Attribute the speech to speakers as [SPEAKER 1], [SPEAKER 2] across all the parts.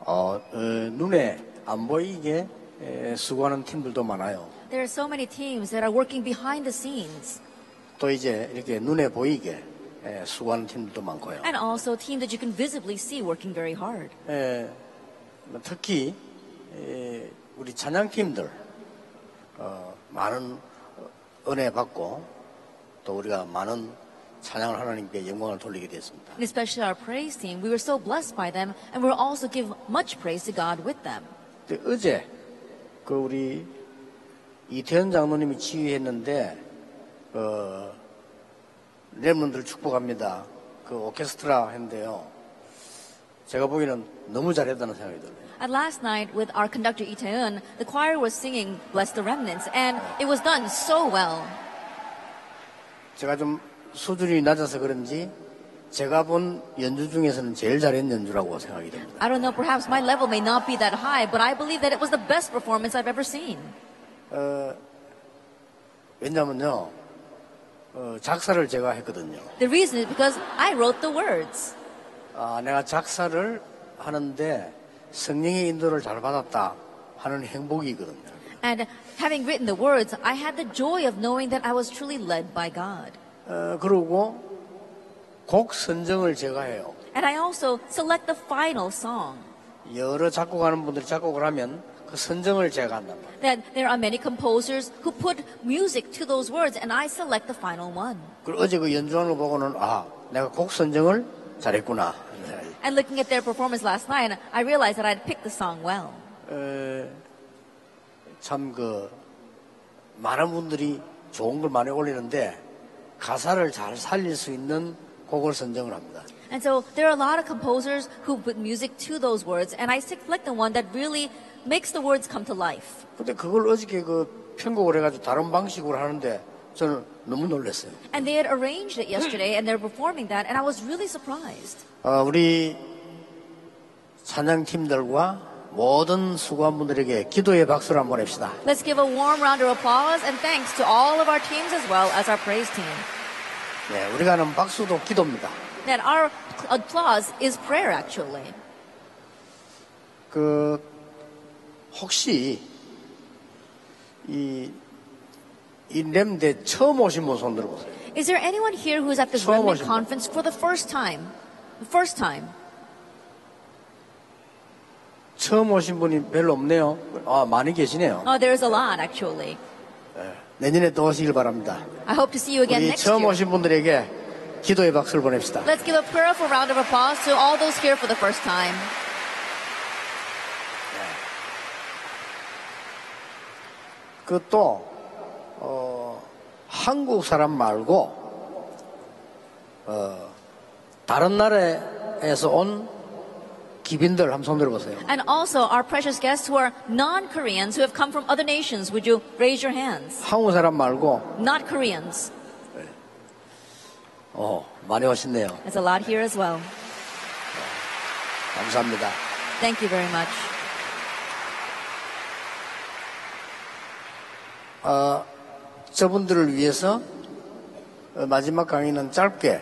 [SPEAKER 1] 어, 어, 눈에 안 보이게 에, 수고하는 팀들도 많아요.
[SPEAKER 2] There are so many teams that are working behind the scenes,
[SPEAKER 1] 또 이제 이렇게 눈에 보이게 에, 수고하는 팀들도 많고요.
[SPEAKER 2] and also a team that you can visibly see working very hard.
[SPEAKER 1] 에, 특히 에, 우리 찬양팀들 어, 많은 은혜 받고 또 우리가 많은 찬양을 하나님께 영광을 돌리게 됐습니다.
[SPEAKER 2] And especially our praise team, we were so blessed by them, and we will also give much praise to God with them.
[SPEAKER 1] 근데 어제 그 우리 이태현 장로님이 지휘했는데 어 렘런들 축복합니다. 그 오케스트라 했는데요. 제가 보기에는 너무 잘했다는 생각이 들어요.
[SPEAKER 2] And last night, with our conductor Itaeun, the choir was singing Bless the Remnants, and it was done so well.
[SPEAKER 1] 제가 좀 수준이 낮아서 그런지 제가 본 연주 중에서는 제일 잘한 연주라고 생각이 듭니다.
[SPEAKER 2] I don't know, perhaps my level may not be that high, but I believe that it was the best performance I've ever seen.
[SPEAKER 1] 왜냐면요. 어, 작사를 제가 했거든요.
[SPEAKER 2] The reason is because I wrote the words.
[SPEAKER 1] 아, 내가 작사를 하는데 성령의 인도를 잘 받았다 하는 행복이거든요.
[SPEAKER 2] And having written the words, I had the joy of knowing that I was truly led by God.
[SPEAKER 1] 어, 그리고 곡 선정을 제가 해요.
[SPEAKER 2] And I also select the final song.
[SPEAKER 1] 여러 작곡하는 분들이 작곡을 하면 그 선정을 제가 한단 말이에요.
[SPEAKER 2] That there are many composers who put music to those words, and I select the final one.
[SPEAKER 1] 그리고 어제 그 연주하는 거 보고는 아, 내가 곡 선정을 잘했구나. 네.
[SPEAKER 2] And looking at their performance last night, I realized that I'd picked the song well.
[SPEAKER 1] 어, 참 그 많은 분들이 좋은 걸 많이 올리는데 가사를 잘 살릴 수 있는 곡을 선정을 합니다.
[SPEAKER 2] And so there are a lot of composers who put music to those words, and I select the one that really makes the words come to life.
[SPEAKER 1] 근데 그걸 어저께 그 편곡을 해가지고 다른 방식으로 하는데 저는 너무 놀랐어요.
[SPEAKER 2] And they had arranged it yesterday, and they're performing that, and I was really surprised.
[SPEAKER 1] 어, 우리 찬양팀들과 모든 수고한 분들에게 기도의 박수를 한번 냅시다.
[SPEAKER 2] Let's give a warm round of applause and thanks to all of our teams as well as our praise team.
[SPEAKER 1] 네, 우리가 하는 박수도 기도입니다.
[SPEAKER 2] That our applause is prayer, actually.
[SPEAKER 1] 그 혹시 이 이렘대 처음 오신 분 손 들어보세요.
[SPEAKER 2] Is there anyone here who is at this
[SPEAKER 1] 처음
[SPEAKER 2] Remnant
[SPEAKER 1] 오신 분.
[SPEAKER 2] conference for the first time? The first time.
[SPEAKER 1] 처음 오신 분이 별로 없네요. 아 많이 계시네요.
[SPEAKER 2] Oh, there's a lot, actually.
[SPEAKER 1] 내년에 또 오시길 바랍니다.
[SPEAKER 2] I hope to see you again
[SPEAKER 1] 우리
[SPEAKER 2] next
[SPEAKER 1] 처음
[SPEAKER 2] year.
[SPEAKER 1] 오신 분들에게 기도의 박수를 보냅시다.
[SPEAKER 2] Let's give a prayerful round of applause to all those here for the first time.
[SPEAKER 1] 그또 어, 한국 사람 말고 어, 다른 나라에서 온 기빈들 한번 손 들어보세요.
[SPEAKER 2] And also our precious guests who are non-Koreans who have come from other nations. Would you raise your hands?
[SPEAKER 1] 한국 사람 말고
[SPEAKER 2] Not Koreans.
[SPEAKER 1] 어, 많이 오셨네요.
[SPEAKER 2] There's a lot here as well.
[SPEAKER 1] 감사합니다.
[SPEAKER 2] Thank you very much.
[SPEAKER 1] 저분들을 위해서 어, 마지막 강의는 짧게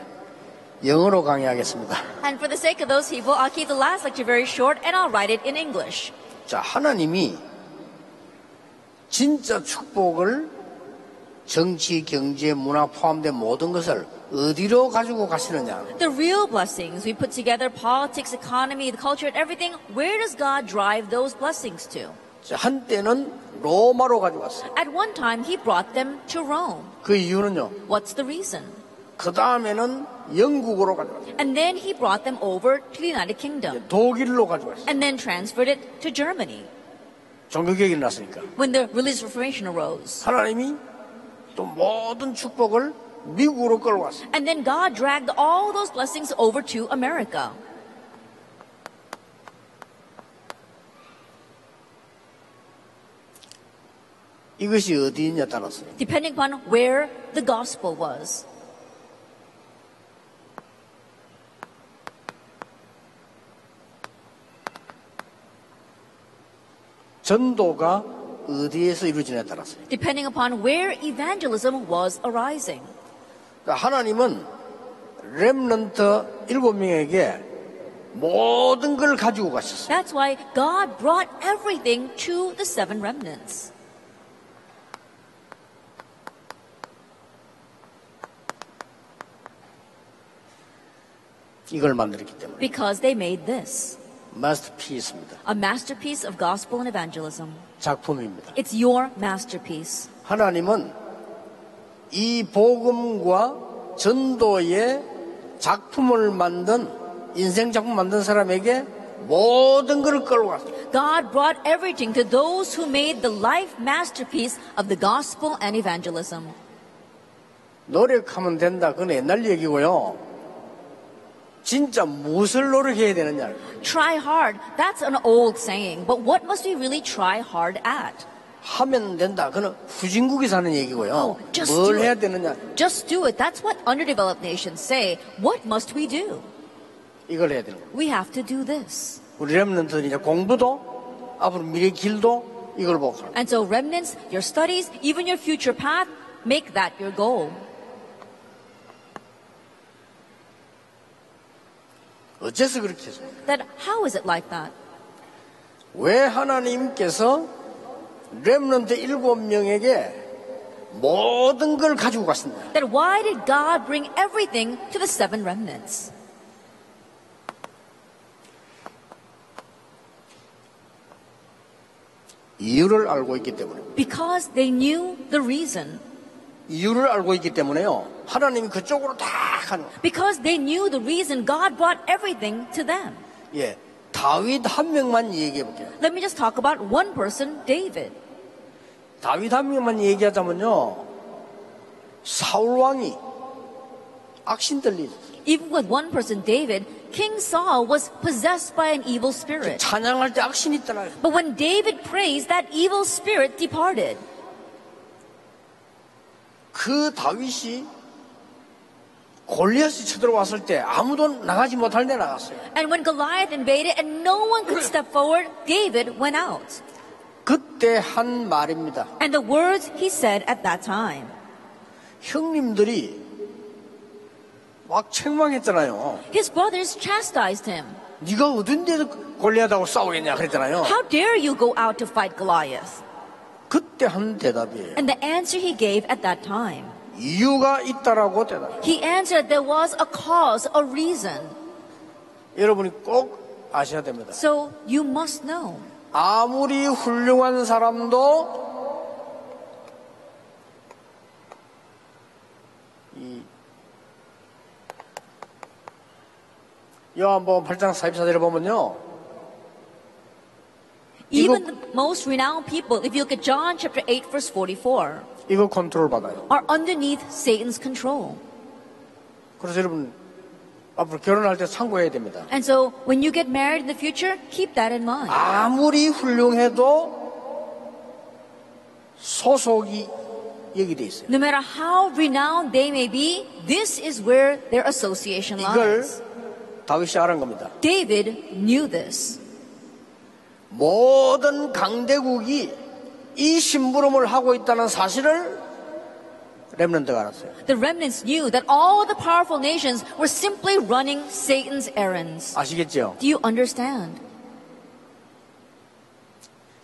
[SPEAKER 1] 영어로 강의하겠습니다.
[SPEAKER 2] And for the sake of those people, I'll keep the last lecture very short and I'll write it in English.
[SPEAKER 1] 자, 하나님이 진짜 축복을 정치, 경제, 문화 포함된 모든 것을 어디로 가지고 가시느냐.
[SPEAKER 2] The real blessings we put together politics, economy, the culture, and everything where does God drive those blessings to?
[SPEAKER 1] 자, 한때는 로마로 가지고 갔어요.
[SPEAKER 2] At one time, He brought them to Rome.
[SPEAKER 1] 그 이유는요.
[SPEAKER 2] What's the reason?
[SPEAKER 1] 그 다음에는 영국으로 가지고 갔어요.
[SPEAKER 2] And then He brought them over to the United Kingdom
[SPEAKER 1] 독일로 가지고 갔어요.
[SPEAKER 2] and then transferred it to Germany
[SPEAKER 1] 종교개혁이 났으니까.
[SPEAKER 2] when the religious reformation arose.
[SPEAKER 1] 하나님이 또 모든 축복을 미국으로 끌고 갔어요.
[SPEAKER 2] And then God dragged all those blessings over to America.
[SPEAKER 1] 이것이 어디냐 따랐어요.
[SPEAKER 2] depending upon where the gospel was.
[SPEAKER 1] 전도가 어디에서 이루어지냐에 따랐어요.
[SPEAKER 2] depending upon where evangelism was arising.
[SPEAKER 1] 그러니까 하나님은 렘넌트 일곱 명에게 모든 걸 가지고 가셨어요.
[SPEAKER 2] That's why God brought everything to the seven remnants.
[SPEAKER 1] 이걸 만들었기 때문에.
[SPEAKER 2] Because they made this
[SPEAKER 1] 마스터피스입니다.
[SPEAKER 2] a masterpiece of gospel and evangelism.
[SPEAKER 1] 작품입니다.
[SPEAKER 2] It's your masterpiece.
[SPEAKER 1] 하나님은 이 복음과 전도의 작품을 만든 인생 작품 만든 사람에게 모든 걸 끌고 갔어요.
[SPEAKER 2] God brought everything to those who made the life masterpiece of the gospel and evangelism.
[SPEAKER 1] 노력하면 된다. 그건 옛날 얘기고요. 진짜 무엇을 노력해야 되느냐.
[SPEAKER 2] Try hard. That's an old saying. But what must we really try hard at?
[SPEAKER 1] 하면 된다. 그건 후진국이 사는 얘기고요.
[SPEAKER 2] Oh, just
[SPEAKER 1] 뭘
[SPEAKER 2] do it.
[SPEAKER 1] 해야 되느냐.
[SPEAKER 2] Just do it. That's what underdeveloped nations say. What must we do?
[SPEAKER 1] 이걸 해야 되는 거예요.
[SPEAKER 2] We have to do this.
[SPEAKER 1] 우리 랩런트들이 이제 공부도 앞으로 미래 길도 이걸 보고 가는 거예요.
[SPEAKER 2] And so, remnants, your studies, even your future path, make that your goal.
[SPEAKER 1] 어째서 그렇게 했어요?
[SPEAKER 2] Then, how is it like that?
[SPEAKER 1] 왜 하나님께서 렘넌트 일곱 명에게 모든 걸 가지고 갔습니다.
[SPEAKER 2] Then, why did God bring everything to the seven remnants?
[SPEAKER 1] 이유를 알고 있기 때문에.
[SPEAKER 2] Because they knew the reason.
[SPEAKER 1] 이유를 알고 있기 때문에요. 하나님이 그쪽으로 다 가는 거예요.
[SPEAKER 2] Because they knew the reason, God brought everything to them.
[SPEAKER 1] 예. 다윗 한 명만 얘기해 볼게요.
[SPEAKER 2] Let me just talk about one person, David.
[SPEAKER 1] 다윗 한 명만 얘기하자면요. 사울왕이 악신들리
[SPEAKER 2] Even with one person, David, King Saul was possessed by an evil spirit.
[SPEAKER 1] 찬양할 때 악신이 있더라.
[SPEAKER 2] But when David praised, that evil spirit departed.
[SPEAKER 1] 그 다윗이 골리앗이 쳐들어왔을 때 아무도 나가지 못할 데 나갔어요.
[SPEAKER 2] And when Goliath invaded and no one could step forward, David went out.
[SPEAKER 1] 그때 한 말입니다.
[SPEAKER 2] And the words he said at that time.
[SPEAKER 1] 형님들이 막 책망했잖아요.
[SPEAKER 2] His brothers chastised him.
[SPEAKER 1] 네가 어딘데 골리앗하고 싸우겠냐 그랬잖아요.
[SPEAKER 2] How dare you go out to fight Goliath?
[SPEAKER 1] 그때 한 대답이에요.
[SPEAKER 2] And the answer he gave at that time.
[SPEAKER 1] 이유가 있다라고 대답.
[SPEAKER 2] He answered there was a cause, a reason.
[SPEAKER 1] 여러분이 꼭 아셔야 됩니다.
[SPEAKER 2] So you must know.
[SPEAKER 1] 아무리 훌륭한 사람도 이 요한복음 8장 44절에 보면요.
[SPEAKER 2] Even the most renowned people, if you look at John chapter 8, verse 44,
[SPEAKER 1] 이거 컨트롤 받아요.
[SPEAKER 2] are underneath Satan's control.
[SPEAKER 1] 그래서 여러분 앞으로 결혼할 때 참고해야 됩니다.
[SPEAKER 2] And so when you get married in the future, keep that in mind.
[SPEAKER 1] 아무리 훌륭해도 소속이 여기 돼 있어요.
[SPEAKER 2] No matter how renowned they may be, this is where their association
[SPEAKER 1] 이걸
[SPEAKER 2] lies.
[SPEAKER 1] 다윗이 알은 겁니다.
[SPEAKER 2] David knew this.
[SPEAKER 1] 모든 강대국이 이 심부름을 하고 있다는 사실을 렘런드가 알았어요.
[SPEAKER 2] The remnants knew that all the powerful nations were simply running Satan's errands.
[SPEAKER 1] 아시겠죠?
[SPEAKER 2] Do you understand?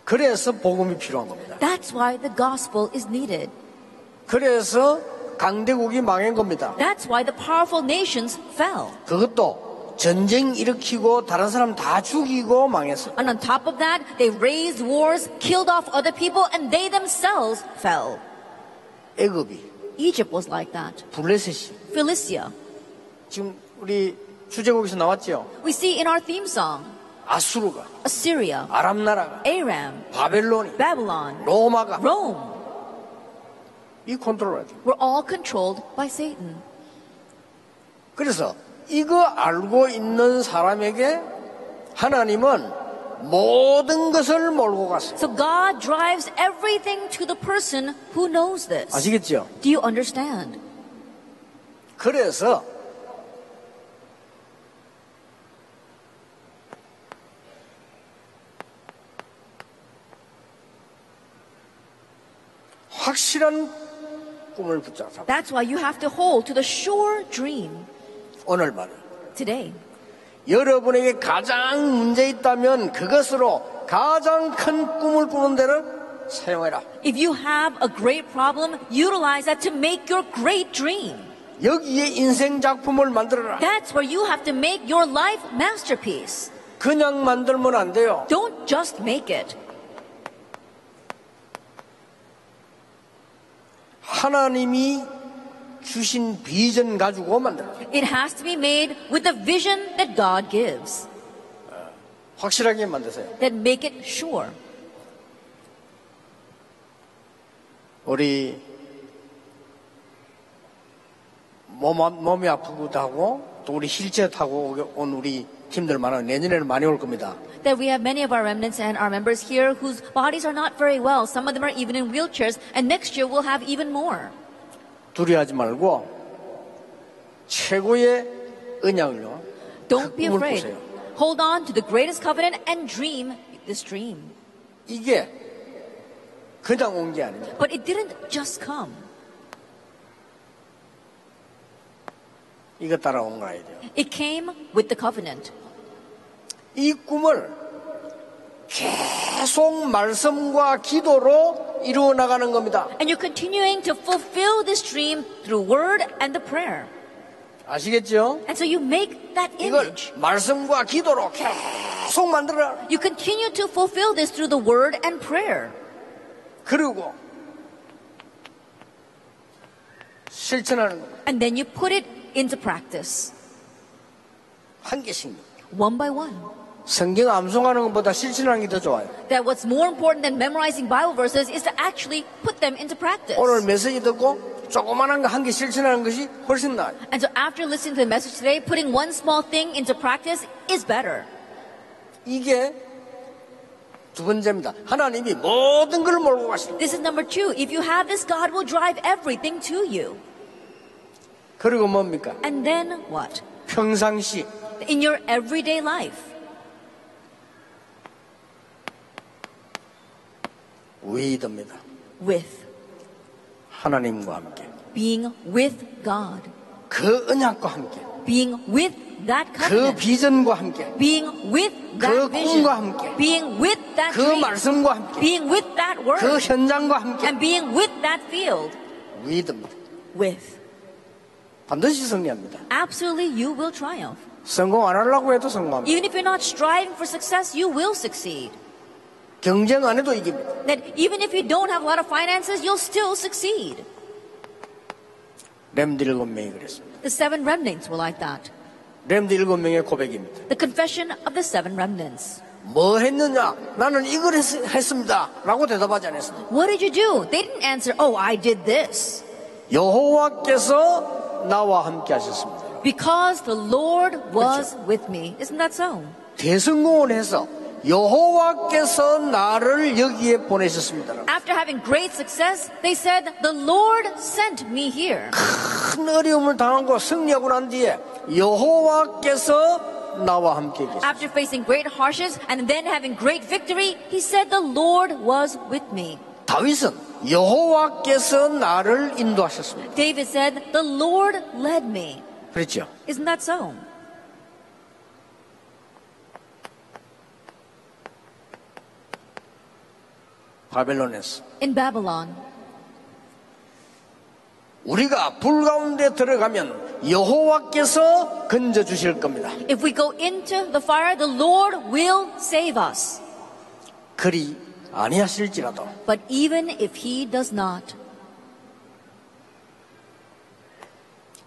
[SPEAKER 1] 그래서 복음이 필요한 겁니다.
[SPEAKER 2] That's why the gospel is needed.
[SPEAKER 1] 그래서 강대국이 망한 겁니다.
[SPEAKER 2] That's why the powerful nations fell.
[SPEAKER 1] 그것도 전쟁 일으키고 다른 사람 다 죽이고 망했어요.
[SPEAKER 2] And on top of that, they raised wars, killed off other people, and they themselves fell.
[SPEAKER 1] 애굽이,
[SPEAKER 2] Egypt was like that.
[SPEAKER 1] 블레셋이.
[SPEAKER 2] Philistia.
[SPEAKER 1] 지금 우리 주제곡에서 나왔죠?
[SPEAKER 2] We see in our theme song
[SPEAKER 1] 아수르가,
[SPEAKER 2] Assyria,
[SPEAKER 1] 아람 나라가,
[SPEAKER 2] Aram,
[SPEAKER 1] 바벨론이,
[SPEAKER 2] Babylon,
[SPEAKER 1] 로마가
[SPEAKER 2] Rome
[SPEAKER 1] 이 컨트롤을 해야 요
[SPEAKER 2] were all controlled by Satan.
[SPEAKER 1] 그래서 이거 알고 있는 사람에게 하나님은 모든 것을 몰고 갔어요.
[SPEAKER 2] So God drives everything to the person who knows this.
[SPEAKER 1] 아시겠죠?
[SPEAKER 2] Do you understand?
[SPEAKER 1] 그래서 확실한 꿈을 붙잡아.
[SPEAKER 2] That's why you have to hold to the sure dream
[SPEAKER 1] 오늘 말은
[SPEAKER 2] today.
[SPEAKER 1] 여러분에게 가장 문제 있다면 그것으로 가장 큰 꿈을 꾸는 데를 사용해라.
[SPEAKER 2] If you have a great problem, utilize that to make your great dream.
[SPEAKER 1] 여기에 인생 작품을 만들어라.
[SPEAKER 2] That's where you have to make your life masterpiece.
[SPEAKER 1] 그냥 만들면 안 돼요.
[SPEAKER 2] Don't just make it.
[SPEAKER 1] 하나님이 주신 비전 가지고 만들어라.
[SPEAKER 2] It has to be made with the vision that God gives.
[SPEAKER 1] 확실하게 만드세요.
[SPEAKER 2] That make it sure.
[SPEAKER 1] 우리 몸, 아- 몸이 아프기도 하고 또 우리 힐체 타고 오게- 온 우리 팀들 많아요. 내년에는 많이 올 겁니다.
[SPEAKER 2] That we have many of our remnants and our members here whose bodies are not very well. Some of them are even in wheelchairs, and next year we'll have even more.
[SPEAKER 1] 두려워하지 말고 최고의 언약을요.
[SPEAKER 2] Don't be
[SPEAKER 1] 꿈을
[SPEAKER 2] afraid.
[SPEAKER 1] 꾸세요.
[SPEAKER 2] Hold on to the greatest covenant and dream this dream.
[SPEAKER 1] 이게 그냥 온 게 아닙니다.
[SPEAKER 2] But it didn't just come.
[SPEAKER 1] 이거 따라온 거야 돼요.
[SPEAKER 2] It came with the covenant.
[SPEAKER 1] 이 꿈을 계속 말씀과 기도로 이루어 나가는 겁니다.
[SPEAKER 2] And you're continuing to fulfill this dream through word and the prayer.
[SPEAKER 1] 아시겠죠?
[SPEAKER 2] And so you make that
[SPEAKER 1] 이걸
[SPEAKER 2] image.
[SPEAKER 1] 말씀과 기도로 계속 만들어.
[SPEAKER 2] You continue to fulfill this through the word and prayer.
[SPEAKER 1] 그리고 실천하는 겁니다.
[SPEAKER 2] And then you put it into practice,
[SPEAKER 1] 한 개씩.
[SPEAKER 2] one by one.
[SPEAKER 1] 성경 암송하는 것보다 실천하는 게 더 좋아요.
[SPEAKER 2] That what's more important than memorizing Bible verses is to actually put them into practice.
[SPEAKER 1] 오늘 메시지 듣고 조그만한 거 한 개 실천하는 것이 훨씬 나아요.
[SPEAKER 2] And so after listening to the message today, putting one small thing into practice is better.
[SPEAKER 1] 이게 두 번째입니다. 하나님이 모든 걸 몰고 가십니다.
[SPEAKER 2] This is number two. If you have this, God will drive everything to you.
[SPEAKER 1] 그리고 뭡니까?
[SPEAKER 2] And then what?
[SPEAKER 1] 평상시
[SPEAKER 2] In your everyday life,
[SPEAKER 1] 위입니다.
[SPEAKER 2] with
[SPEAKER 1] 하나님과 함께.
[SPEAKER 2] being with God,
[SPEAKER 1] 그 언약과 함께.
[SPEAKER 2] being with that
[SPEAKER 1] 그
[SPEAKER 2] covenant,
[SPEAKER 1] 비전과 함께.
[SPEAKER 2] being with
[SPEAKER 1] 그
[SPEAKER 2] that vision,
[SPEAKER 1] 꿈과 함께.
[SPEAKER 2] being with that
[SPEAKER 1] 그
[SPEAKER 2] dream,
[SPEAKER 1] 말씀과 함께.
[SPEAKER 2] being with that
[SPEAKER 1] 그
[SPEAKER 2] word,
[SPEAKER 1] 현장과 함께.
[SPEAKER 2] and being with that field,
[SPEAKER 1] 위입니다.
[SPEAKER 2] with.
[SPEAKER 1] 반드시 승리합니다.
[SPEAKER 2] Absolutely, you will triumph.
[SPEAKER 1] 성공 안 하려고 해도 성공합니다.
[SPEAKER 2] Even if you're not striving for success, you will succeed.
[SPEAKER 1] 경쟁 안 해도 이깁니다.
[SPEAKER 2] That even if you don't have a lot of finances, you'll still succeed.
[SPEAKER 1] 램드 일곱 명이 그랬습니다.
[SPEAKER 2] The seven remnants were like that.
[SPEAKER 1] 램드 일곱 명의 고백입니다.
[SPEAKER 2] The confession of the seven remnants.
[SPEAKER 1] 뭐 했느냐? 나는 이걸 했, 했습니다. 라고 대답하지 않았습니다.
[SPEAKER 2] What did you do? They didn't answer, oh, I did this.
[SPEAKER 1] 여호와께서 나와 함께 하셨습니다.
[SPEAKER 2] Because the Lord was with me. Isn't that so?
[SPEAKER 1] 대성공을 해서 여호와께서 나를 여기에 보내셨습니다.
[SPEAKER 2] After having great success, they said, the Lord sent me here.
[SPEAKER 1] 큰 어려움을 당하고 승리하고 난 뒤에 여호와께서 나와 함께 계십니다.
[SPEAKER 2] After facing great hardships and then having great victory, he said, the Lord was with me.
[SPEAKER 1] 다윗은 여호와께서 나를 인도하셨습니다.
[SPEAKER 2] David said, The Lord led me.
[SPEAKER 1] 그렇죠?
[SPEAKER 2] Isn't that so?
[SPEAKER 1] 바벨론에서
[SPEAKER 2] In Babylon,
[SPEAKER 1] 우리가 불 가운데 들어가면 여호와께서 건져 주실 겁니다.
[SPEAKER 2] if we go into the fire, the Lord will save us.
[SPEAKER 1] 그리 아니하실지라도
[SPEAKER 2] But even if he does not,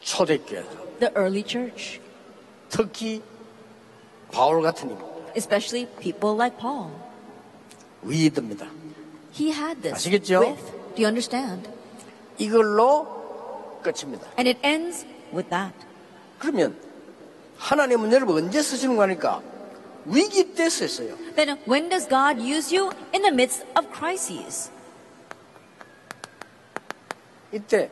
[SPEAKER 1] 초대교회도
[SPEAKER 2] the early church,
[SPEAKER 1] 특히 바울 같은 이
[SPEAKER 2] especially people like Paul,
[SPEAKER 1] 위입니다.
[SPEAKER 2] he had this
[SPEAKER 1] 아시겠죠?
[SPEAKER 2] with. Do you understand?
[SPEAKER 1] 이걸로 끝입니다.
[SPEAKER 2] And it ends with that.
[SPEAKER 1] 그러면 하나님은 여러분 언제 쓰시는 거니까 위기 때 쓰세요.
[SPEAKER 2] Then when does God use you? In the midst of crises.
[SPEAKER 1] 이때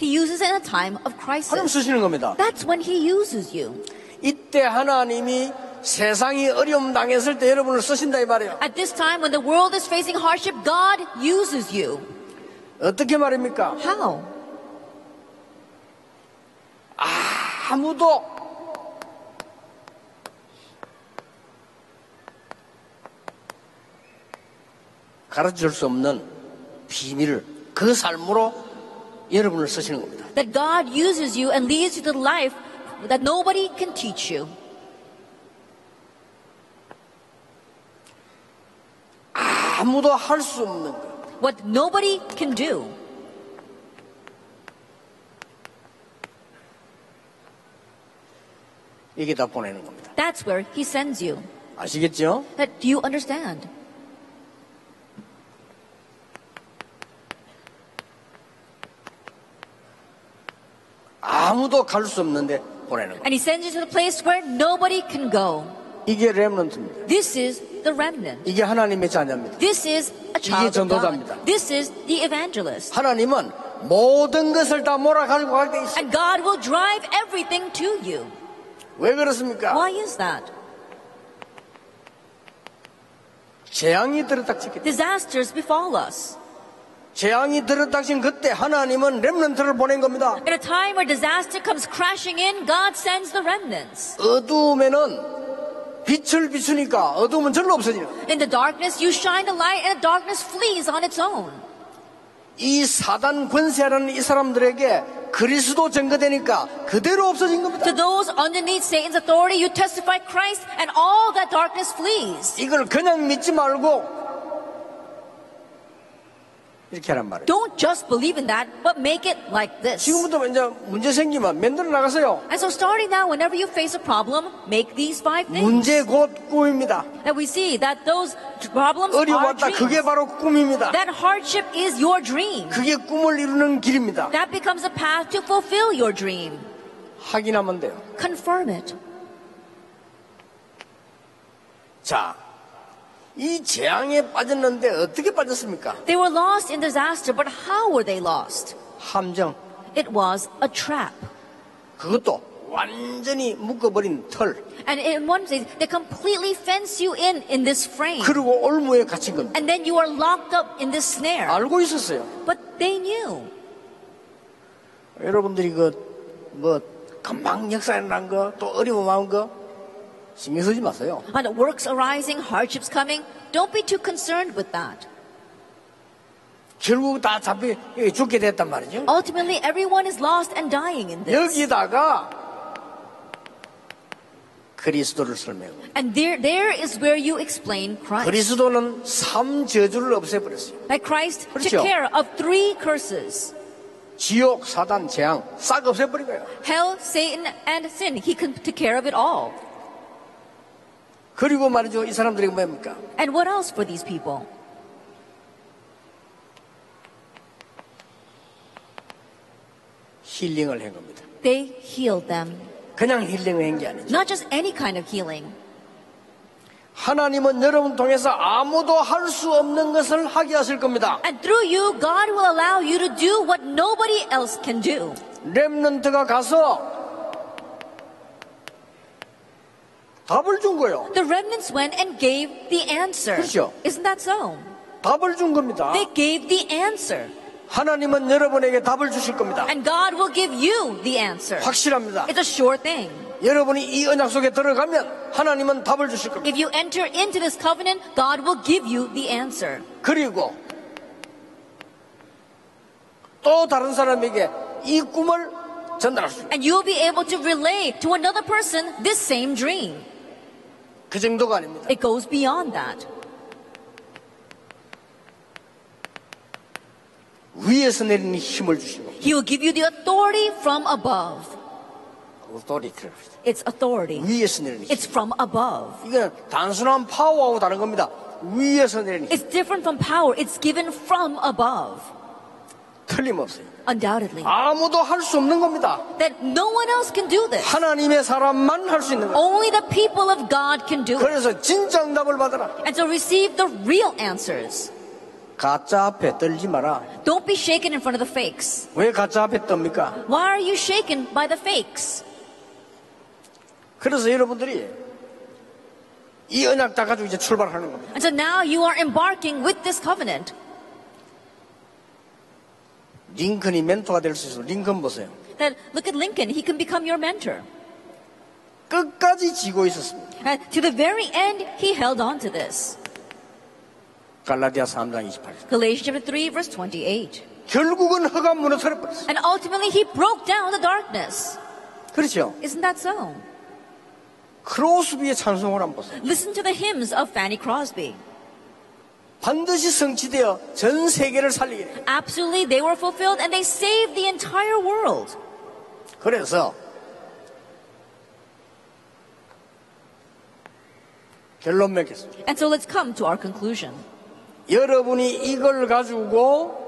[SPEAKER 2] He uses it in a time of
[SPEAKER 1] 하나님
[SPEAKER 2] crisis.
[SPEAKER 1] 쓰시는 겁니다.
[SPEAKER 2] That's when he uses you.
[SPEAKER 1] 이때 하나님이 세상이 어려움 당했을 때 여러분을 쓰신다 이 말이에요.
[SPEAKER 2] At this time when the world is facing hardship, God uses you.
[SPEAKER 1] 어떻게 말입니까?
[SPEAKER 2] How?
[SPEAKER 1] 아무도 가르쳐 줄 수 없는 비밀을 그 삶으로 여러분을 쓰시는 겁니다.
[SPEAKER 2] That God uses you and leads you to the life that nobody can teach you.
[SPEAKER 1] 아무도 할 수 없는 것.
[SPEAKER 2] What nobody can do.
[SPEAKER 1] 이게 다 보내는 겁니다.
[SPEAKER 2] That's where He sends you.
[SPEAKER 1] 아시겠죠?
[SPEAKER 2] That do you understand?
[SPEAKER 1] 아무도 갈 수 없는데 보내는 겁니다.
[SPEAKER 2] And He sends you to the place where nobody can go.
[SPEAKER 1] 이게 렘런트입니다.
[SPEAKER 2] This is the remnant.
[SPEAKER 1] 이게 하나님의 자녀입니다.
[SPEAKER 2] This is a child of
[SPEAKER 1] 전도자입니다.
[SPEAKER 2] God. This is the evangelist.
[SPEAKER 1] 하나님은 모든 것을 다 몰아가지고 갈 때 있어요.
[SPEAKER 2] And God will drive everything to you.
[SPEAKER 1] 왜 그렇습니까?
[SPEAKER 2] Why is that?
[SPEAKER 1] 재앙이 들어닥치기 때문에.
[SPEAKER 2] Disasters befall us.
[SPEAKER 1] 재앙이 들어닥친 그때 하나님은 렘런트를 보낸 겁니다.
[SPEAKER 2] In a time where disaster comes crashing in, God sends the remnants.
[SPEAKER 1] 어두움에는 빛을 비추니까 어두움은 절로 없어지는
[SPEAKER 2] In the darkness, you shine a light and the darkness flees on its own.
[SPEAKER 1] 이 사단 권세하는 이 사람들에게 그리스도 증거되니까 그대로 없어진 겁니다.
[SPEAKER 2] To those underneath Satan's authority, you testify Christ and all that darkness flees.
[SPEAKER 1] 이걸 그냥 믿지 말고 이렇게 하란 말이에요.
[SPEAKER 2] Don't just believe in that, but make it like this.
[SPEAKER 1] 지금부터 이제 문제 생기면 맨들어 나가세요.
[SPEAKER 2] And so starting now, whenever you face a problem, make these five things.
[SPEAKER 1] 문제 곧 꿈입니다.
[SPEAKER 2] That we see that those problems are
[SPEAKER 1] 어려웠다. 그게
[SPEAKER 2] dreams.
[SPEAKER 1] 바로 꿈입니다.
[SPEAKER 2] That hardship is your dream.
[SPEAKER 1] 그게 꿈을 이루는 길입니다.
[SPEAKER 2] That becomes a path to fulfill your dream.
[SPEAKER 1] 확인하면 돼요.
[SPEAKER 2] Confirm it.
[SPEAKER 1] 자, 이 재앙에 빠졌는데 어떻게 빠졌습니까?
[SPEAKER 2] They were lost in disaster, but how were they lost?
[SPEAKER 1] 함정.
[SPEAKER 2] It was a trap.
[SPEAKER 1] 그것도 완전히 묶어버린 털.
[SPEAKER 2] And in one sense, they completely fence you in in this frame.
[SPEAKER 1] 그리고 올무에 갇힌 겁니다.
[SPEAKER 2] And then you are locked up in this snare.
[SPEAKER 1] 알고 있었어요.
[SPEAKER 2] But they knew.
[SPEAKER 1] 여러분들이 그 뭐 금방 역사에 난 거, 또 어려움 마음 거 신경 쓰지 마세요.
[SPEAKER 2] On works arising, hardships coming, don't be too concerned with that.
[SPEAKER 1] 결국 다 잡히 여기 죽게 됐단 말이죠.
[SPEAKER 2] Ultimately, everyone is lost and dying in this.
[SPEAKER 1] 여기다가 그리스도를 설명해요.
[SPEAKER 2] And there, there is where you explain Christ.
[SPEAKER 1] 그리스도는 삼 저주를 없애버렸어요.
[SPEAKER 2] That Christ
[SPEAKER 1] 그렇죠.
[SPEAKER 2] took care of three curses.
[SPEAKER 1] 지옥, 사단, 재앙 싹 없애버린 거예요.
[SPEAKER 2] Hell, Satan, and sin. He can, took care of it all.
[SPEAKER 1] 그리고 말이죠. 이 사람들이 뭡니까?
[SPEAKER 2] And what else for these people?
[SPEAKER 1] 힐링을 한 겁니다.
[SPEAKER 2] They healed them.
[SPEAKER 1] 그냥 힐링을 한 게 아니죠.
[SPEAKER 2] Not just any kind of healing.
[SPEAKER 1] 하나님은 여러분 통해서 아무도 할 수 없는 것을 하게 하실 겁니다.
[SPEAKER 2] And through you, God will allow you to do what nobody else can do.
[SPEAKER 1] 렘넌트가 가서 답을 준 거예요.
[SPEAKER 2] The remnants went and gave the answer.
[SPEAKER 1] 그렇죠.
[SPEAKER 2] Isn't that so?
[SPEAKER 1] 답을 준 겁니다.
[SPEAKER 2] They gave the answer.
[SPEAKER 1] 하나님은 여러분에게 답을 주실 겁니다.
[SPEAKER 2] And God will give you the answer.
[SPEAKER 1] 확실합니다.
[SPEAKER 2] It's a sure thing.
[SPEAKER 1] 여러분이 이 언약 속에 들어가면 하나님은 답을 주실 겁니다.
[SPEAKER 2] If you enter into this covenant, God will give you the answer.
[SPEAKER 1] 그리고 또 다른 사람에게 이 꿈을 전달할 수 있어요.
[SPEAKER 2] And you'll be able to relay to another person this same dream.
[SPEAKER 1] 그 정도가 아닙니다.
[SPEAKER 2] It goes beyond that.
[SPEAKER 1] 위에서 내리는 힘을 주시고
[SPEAKER 2] He will give you the authority from above.
[SPEAKER 1] 오토리티를
[SPEAKER 2] It's authority.
[SPEAKER 1] 위에서 내리는 힘.
[SPEAKER 2] It's from above.
[SPEAKER 1] 이거는 단순한 파워하고 다른 겁니다. 위에서 내리는 힘.
[SPEAKER 2] It's different from power. It's given from above.
[SPEAKER 1] 틀림없어요.
[SPEAKER 2] Undoubtedly.
[SPEAKER 1] 아무도 할 수 없는 겁니다.
[SPEAKER 2] That no one else can do this.
[SPEAKER 1] 하나님의 사람만 할 수 있는 거예요.
[SPEAKER 2] Only the people of God can do it.
[SPEAKER 1] 그래서 진짜 응답을 받아라.
[SPEAKER 2] And so receive the real answers.
[SPEAKER 1] 가짜 앞에 떨지 마라.
[SPEAKER 2] Don't be shaken in front of the fakes.
[SPEAKER 1] 왜 가짜 앞에 떱니까?
[SPEAKER 2] Why are you shaken by the fakes?
[SPEAKER 1] 그래서 여러분들이 이 언약 다 가지고 이제 출발하는 겁니다.
[SPEAKER 2] And so now you are embarking with this covenant.
[SPEAKER 1] 링컨이 멘토가 될 수 있어. 링컨 보세요.
[SPEAKER 2] That look at Lincoln, he can become your mentor. Uh,
[SPEAKER 1] 끝까지 지고 있었습니다.
[SPEAKER 2] And to the very end, he held on to this.
[SPEAKER 1] 갈라디아 3장 28절.
[SPEAKER 2] Galatians chapter 3 verse 28.
[SPEAKER 1] 결국은 허가 무너져 버렸어요.
[SPEAKER 2] And ultimately he broke down the darkness.
[SPEAKER 1] 그렇죠.
[SPEAKER 2] Isn't that so?
[SPEAKER 1] 크로스비의 찬송을 한번 보세요.
[SPEAKER 2] Listen to the hymns of Fanny Crosby.
[SPEAKER 1] 반드시 성취되어 전 세계를 살리게 돼요.
[SPEAKER 2] Absolutely, they were fulfilled and they saved the entire world.
[SPEAKER 1] 그래서 결론 맺겠습니다.
[SPEAKER 2] And so let's come to our conclusion.
[SPEAKER 1] 여러분이 이걸 가지고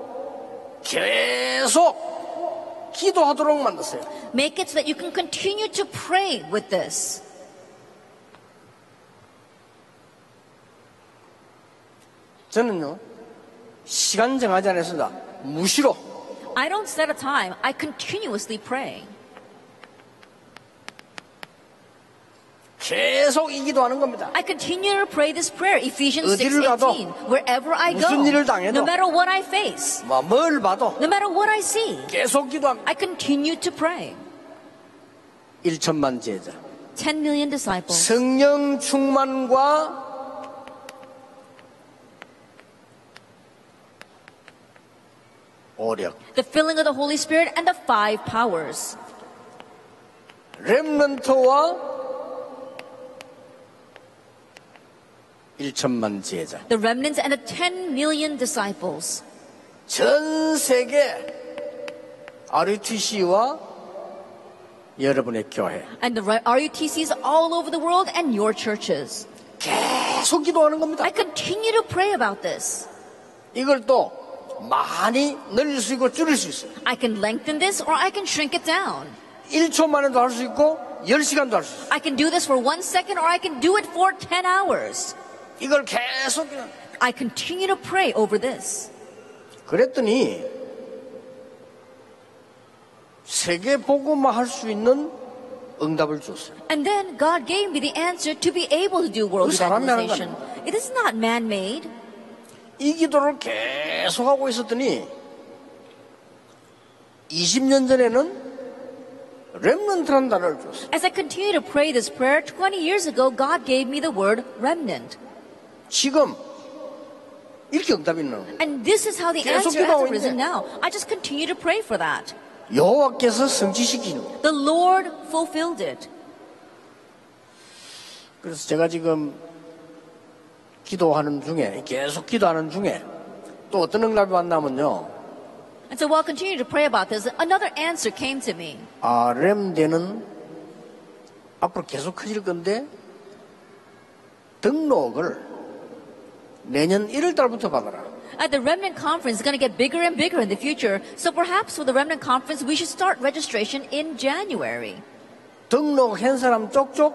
[SPEAKER 1] 계속 기도하도록 만드세요.
[SPEAKER 2] Make it so that you can continue to pray with this.
[SPEAKER 1] 저는요 시간 정하지 않았습니다. 무시로
[SPEAKER 2] I don't set a time, I continuously pray.
[SPEAKER 1] 계속 이 기도하는 겁니다.
[SPEAKER 2] I continue to pray this prayer, Ephesians
[SPEAKER 1] 어디를 가도,
[SPEAKER 2] 6:18. Wherever I go,
[SPEAKER 1] 무슨 일을 당해도,
[SPEAKER 2] no matter what I face,
[SPEAKER 1] 뭐 뭘 봐도
[SPEAKER 2] no matter what I see,
[SPEAKER 1] 계속 기도합니다.
[SPEAKER 2] I continue to pray.
[SPEAKER 1] 1천만 제자
[SPEAKER 2] 10 million disciples.
[SPEAKER 1] 성령 충만과 오력
[SPEAKER 2] The filling of the Holy Spirit and the five powers.
[SPEAKER 1] 렘넌트와 1천만 제자
[SPEAKER 2] The remnants and the 10 million disciples.
[SPEAKER 1] 전 세계 RTC와 여러분의 교회
[SPEAKER 2] And the re- RUTCs all over the world and your churches.
[SPEAKER 1] 계속 기도하는 겁니다.
[SPEAKER 2] I continue to pray about this.
[SPEAKER 1] 이걸 또 많이 늘릴 수 있고 줄일 수 있어요.
[SPEAKER 2] I can lengthen this or I can shrink it down.
[SPEAKER 1] 1초 만에도 할 수 있고 10시간도 할 수 있어요.
[SPEAKER 2] I can do this for one second or I can do it for 10 hours.
[SPEAKER 1] 이걸 계속 기도-
[SPEAKER 2] I continue to pray over this.
[SPEAKER 1] 그랬더니 세계 보고만 할 수 있는 응답을 줬어요.
[SPEAKER 2] And then God gave me the answer to be able to do world
[SPEAKER 1] 그 사람이 하는
[SPEAKER 2] evangelization. It is not man made.
[SPEAKER 1] 이 기도를 계속 하고 있었더니 20년 전에는 렘넌트라는 단어를 줬어요.
[SPEAKER 2] As I continue to pray this prayer, 20 years ago, God gave me the word remnant.
[SPEAKER 1] 지금 이렇게 응답이 있는 거예요.
[SPEAKER 2] And this is how the
[SPEAKER 1] 계속
[SPEAKER 2] answer has
[SPEAKER 1] 기도하고
[SPEAKER 2] arisen
[SPEAKER 1] 있네.
[SPEAKER 2] now. I just continue to pray for that.
[SPEAKER 1] 여호와께서 성취시키는 거예요.
[SPEAKER 2] The Lord fulfilled it.
[SPEAKER 1] 그래서 제가 지금 기도하는 중에 계속 기도하는 중에 또 어떤 응답이 왔냐면요.
[SPEAKER 2] And so while I continued to pray about this, another answer came to me.
[SPEAKER 1] 아, 렘대는 앞으로 계속 커질 건데 등록을 내년 1월 달부터 받아라.
[SPEAKER 2] At the Remnant Conference is going to get bigger and bigger in the future, so perhaps for the Remnant Conference, we should start registration in January.
[SPEAKER 1] 등록한 사람 쪽쪽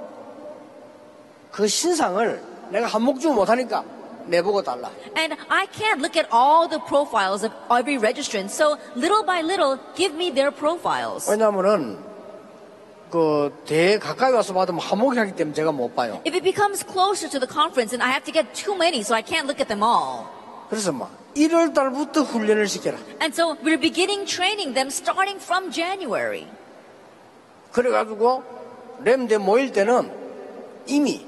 [SPEAKER 1] 그 신상을 내가 한목주 못하니까 내보고 달라.
[SPEAKER 2] And I can't look at all the profiles of every registrant, so little by little, give me their profiles.
[SPEAKER 1] 왜냐면은 그대 가까이 와서 받으면 한목이 하기 때문에 제가 못 봐요.
[SPEAKER 2] If it becomes closer to the conference, and I have to get too many, so I can't look at them all.
[SPEAKER 1] 그래서 막 1월 달부터 훈련을 시켜라.
[SPEAKER 2] And so we're beginning training them starting from January.
[SPEAKER 1] 그래가지고 램대 모일 때는 이미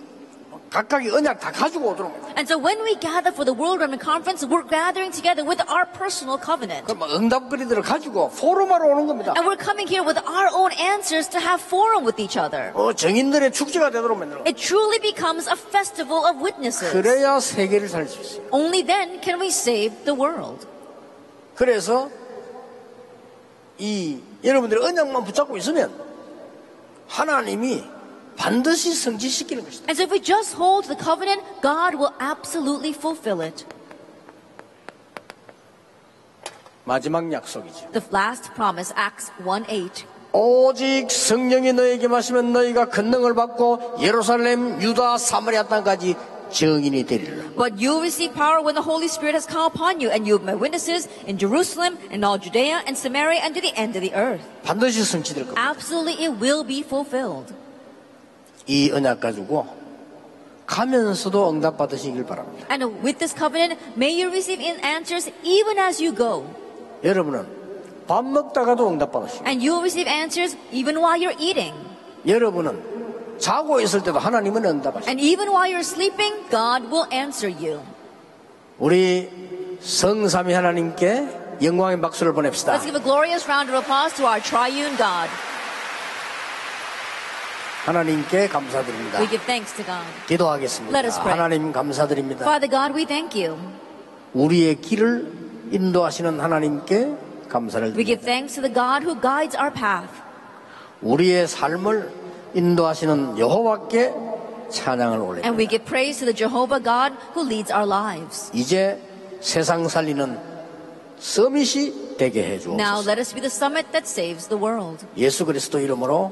[SPEAKER 1] 각각의 언약 다 가지고 오도록. 해요.
[SPEAKER 2] And so when we gather for the World Remnant Conference, we're gathering together with our personal covenant.
[SPEAKER 1] 그럼 응답거리들을 가지고 포럼하러 오는 겁니다.
[SPEAKER 2] And we're coming here with our own answers to have forum with each other.
[SPEAKER 1] 어, 정인들의 축제가 되도록 만들어.
[SPEAKER 2] It truly becomes a festival of witnesses.
[SPEAKER 1] 그래야 세계를 살 수 있어요.
[SPEAKER 2] Only then can we save the world.
[SPEAKER 1] 그래서 이 여러분들의 언약만 붙잡고 있으면 하나님이 반드시 성취시키는 것이다.
[SPEAKER 2] And so if we just hold the covenant, God will absolutely fulfill it.
[SPEAKER 1] 마지막 약속이죠.
[SPEAKER 2] The last promise, Acts 1:8.
[SPEAKER 1] 오직 성령이 너에게 마시면 너희가 권능을 받고 예루살렘, 유다, 사마리아 땅까지 증인이 되리라.
[SPEAKER 2] But you will receive power when the Holy Spirit has come upon you, and you will be my witnesses in Jerusalem, in all Judea and Samaria, and to the end of the earth.
[SPEAKER 1] 반드시 성취될 겁니다.
[SPEAKER 2] Absolutely, it will be fulfilled.
[SPEAKER 1] 이 언약 가지고 가면서도 응답 받으시길 바랍니다.
[SPEAKER 2] And with this covenant, may you receive in answers even as you go.
[SPEAKER 1] 여러분은 밥 먹다가도 응답 받으시고
[SPEAKER 2] And you will receive answers even while you're eating.
[SPEAKER 1] 여러분은 자고 있을 때도 하나님은 응답하시고
[SPEAKER 2] And even while you're sleeping, God will answer you.
[SPEAKER 1] 우리 성삼위 하나님께 영광의 박수를 보냅시다.
[SPEAKER 2] Let's give a glorious round of applause to our triune God.
[SPEAKER 1] 하나님께 감사드립니다.
[SPEAKER 2] We give thanks to God.
[SPEAKER 1] 기도하겠습니다.
[SPEAKER 2] Let us pray.
[SPEAKER 1] 하나님 감사드립니다.
[SPEAKER 2] Father God, we thank you.
[SPEAKER 1] 우리의 길을 인도하시는 하나님께 감사를
[SPEAKER 2] We
[SPEAKER 1] 드립니다.
[SPEAKER 2] give thanks to the God who guides our path.
[SPEAKER 1] 우리의 삶을 인도하시는 여호와께 찬양을
[SPEAKER 2] And
[SPEAKER 1] 올립니다.
[SPEAKER 2] we give praise to the Jehovah God who leads our lives.
[SPEAKER 1] 이제 세상 살리는 서밋이 되게 해
[SPEAKER 2] Now
[SPEAKER 1] 주옵소서.
[SPEAKER 2] let us be the summit that saves the world.
[SPEAKER 1] 예수 그리스도 이름으로